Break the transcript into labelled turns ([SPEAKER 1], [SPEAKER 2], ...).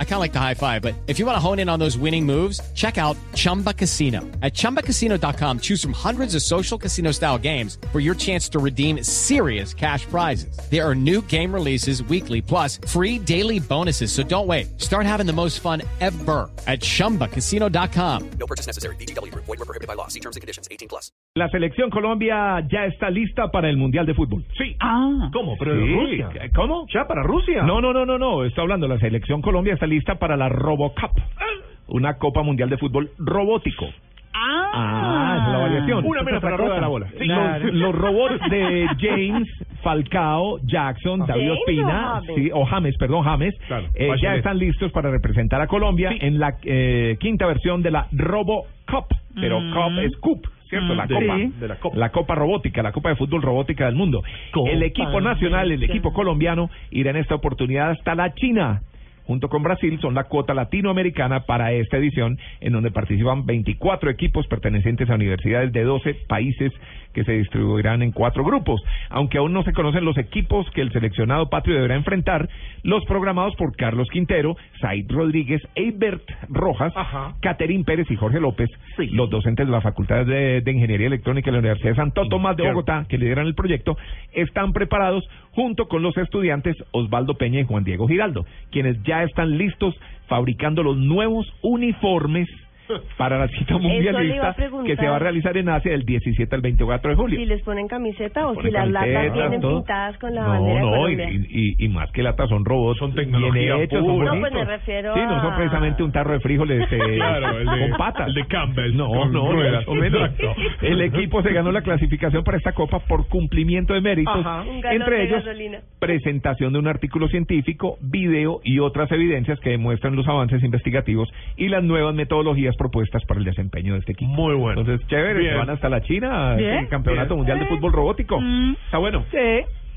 [SPEAKER 1] I kind of like the high five, but if you want to hone in on those winning moves, check out Chumba Casino. At chumbacasino.com, choose from hundreds of social casino style games for your chance to redeem serious cash prizes. There are new game releases weekly, plus free daily bonuses. So don't wait. Start having the most fun ever at chumbacasino.com.
[SPEAKER 2] No purchase necessary. BGW. Void were prohibited by law. See terms and conditions. 18 plus.
[SPEAKER 3] La selección Colombia ya está lista para el Mundial de Fútbol. Sí.
[SPEAKER 4] Ah.
[SPEAKER 3] ¿Cómo? Pero
[SPEAKER 4] Sí.
[SPEAKER 3] Rusia. ¿Cómo?
[SPEAKER 4] ¿Ya para Rusia?
[SPEAKER 3] No, no, no, no, no. Está hablando. La selección Colombia está lista para la RoboCup. Una Copa Mundial de Fútbol robótico.
[SPEAKER 4] Ah,
[SPEAKER 3] Ah, es la variación.
[SPEAKER 4] Una
[SPEAKER 3] Es
[SPEAKER 4] menos
[SPEAKER 3] otra
[SPEAKER 4] para rueda
[SPEAKER 3] cosa.
[SPEAKER 4] de la bola. Sí.
[SPEAKER 3] Los, los robots de James, Falcao, Jackson, David
[SPEAKER 5] James o
[SPEAKER 3] Ospina,
[SPEAKER 5] James.
[SPEAKER 3] sí, o James, perdón, James,
[SPEAKER 4] Claro,
[SPEAKER 3] eh, ya
[SPEAKER 4] Bachelet.
[SPEAKER 3] están listos para representar a Colombia en la eh, quinta versión de la Robo Cup. Pero
[SPEAKER 5] Mm.
[SPEAKER 3] Cup es Cup, ¿cierto? La
[SPEAKER 4] Mm, Sí.
[SPEAKER 3] Copa.
[SPEAKER 4] De la Copa.
[SPEAKER 3] La Copa Robótica, la Copa de Fútbol Robótica del Mundo.
[SPEAKER 4] Copa
[SPEAKER 3] el equipo nacional, el equipo colombiano, irá en esta oportunidad hasta la China. Junto con Brasil son la cuota latinoamericana para esta edición, en donde participan 24 equipos pertenecientes a universidades de 12 países que se distribuirán en cuatro grupos. Aunque aún no se conocen los equipos que el seleccionado patrio deberá enfrentar, los programados por Carlos Quintero, Said Rodríguez, Eibert Rojas,
[SPEAKER 4] Ajá.
[SPEAKER 3] Caterín Pérez y Jorge López,
[SPEAKER 4] Sí.
[SPEAKER 3] los docentes de la Facultad de, de Ingeniería Electrónica de la Universidad de Santo Tomás de
[SPEAKER 4] Claro.
[SPEAKER 3] Bogotá, que lideran el proyecto, están preparados junto con los estudiantes Osvaldo Peña y Juan Diego Giraldo, quienes ya están listos fabricando los nuevos uniformes para la cita
[SPEAKER 5] le iba a
[SPEAKER 3] mundialista que se va a
[SPEAKER 5] preguntar.
[SPEAKER 3] realizar en Asia del 17 al 24 de julio.
[SPEAKER 5] Si les ponen camiseta o si
[SPEAKER 3] Ponen
[SPEAKER 5] las
[SPEAKER 3] camisetas,
[SPEAKER 5] latas vienen
[SPEAKER 3] todo.
[SPEAKER 5] pintadas con la
[SPEAKER 3] no,
[SPEAKER 5] bandera
[SPEAKER 3] no, y,
[SPEAKER 5] colombiana.
[SPEAKER 3] y- y más que latas son robots, son
[SPEAKER 4] tecnología
[SPEAKER 3] bien hechos, son
[SPEAKER 4] pura.
[SPEAKER 5] No, pues me
[SPEAKER 3] bonitos.
[SPEAKER 5] refiero
[SPEAKER 3] Sí, no son
[SPEAKER 5] a-
[SPEAKER 3] precisamente un tarro de frijoles eh,
[SPEAKER 4] Claro, el de-
[SPEAKER 3] con patas.
[SPEAKER 4] el de Campbell,
[SPEAKER 3] No,
[SPEAKER 4] con
[SPEAKER 3] no,
[SPEAKER 4] ruedas.
[SPEAKER 3] no, menos.
[SPEAKER 4] Exacto.
[SPEAKER 3] El equipo se ganó la clasificación para esta copa por cumplimiento de méritos,
[SPEAKER 4] Ajá.
[SPEAKER 5] Un galón
[SPEAKER 3] entre
[SPEAKER 5] de
[SPEAKER 3] ellos
[SPEAKER 5] gasolina.
[SPEAKER 3] presentación de un artículo científico, video y otras evidencias que demuestran los avances investigativos y las nuevas metodologías propuestas para el desempeño de este equipo.
[SPEAKER 4] Muy bueno.
[SPEAKER 3] Entonces, chévere, se
[SPEAKER 4] Bien.
[SPEAKER 3] van hasta la China,
[SPEAKER 4] Bien.
[SPEAKER 3] el Campeonato
[SPEAKER 4] Bien.
[SPEAKER 3] Mundial de Fútbol Robótico.
[SPEAKER 4] Mm.
[SPEAKER 3] Está bueno.
[SPEAKER 4] Sí.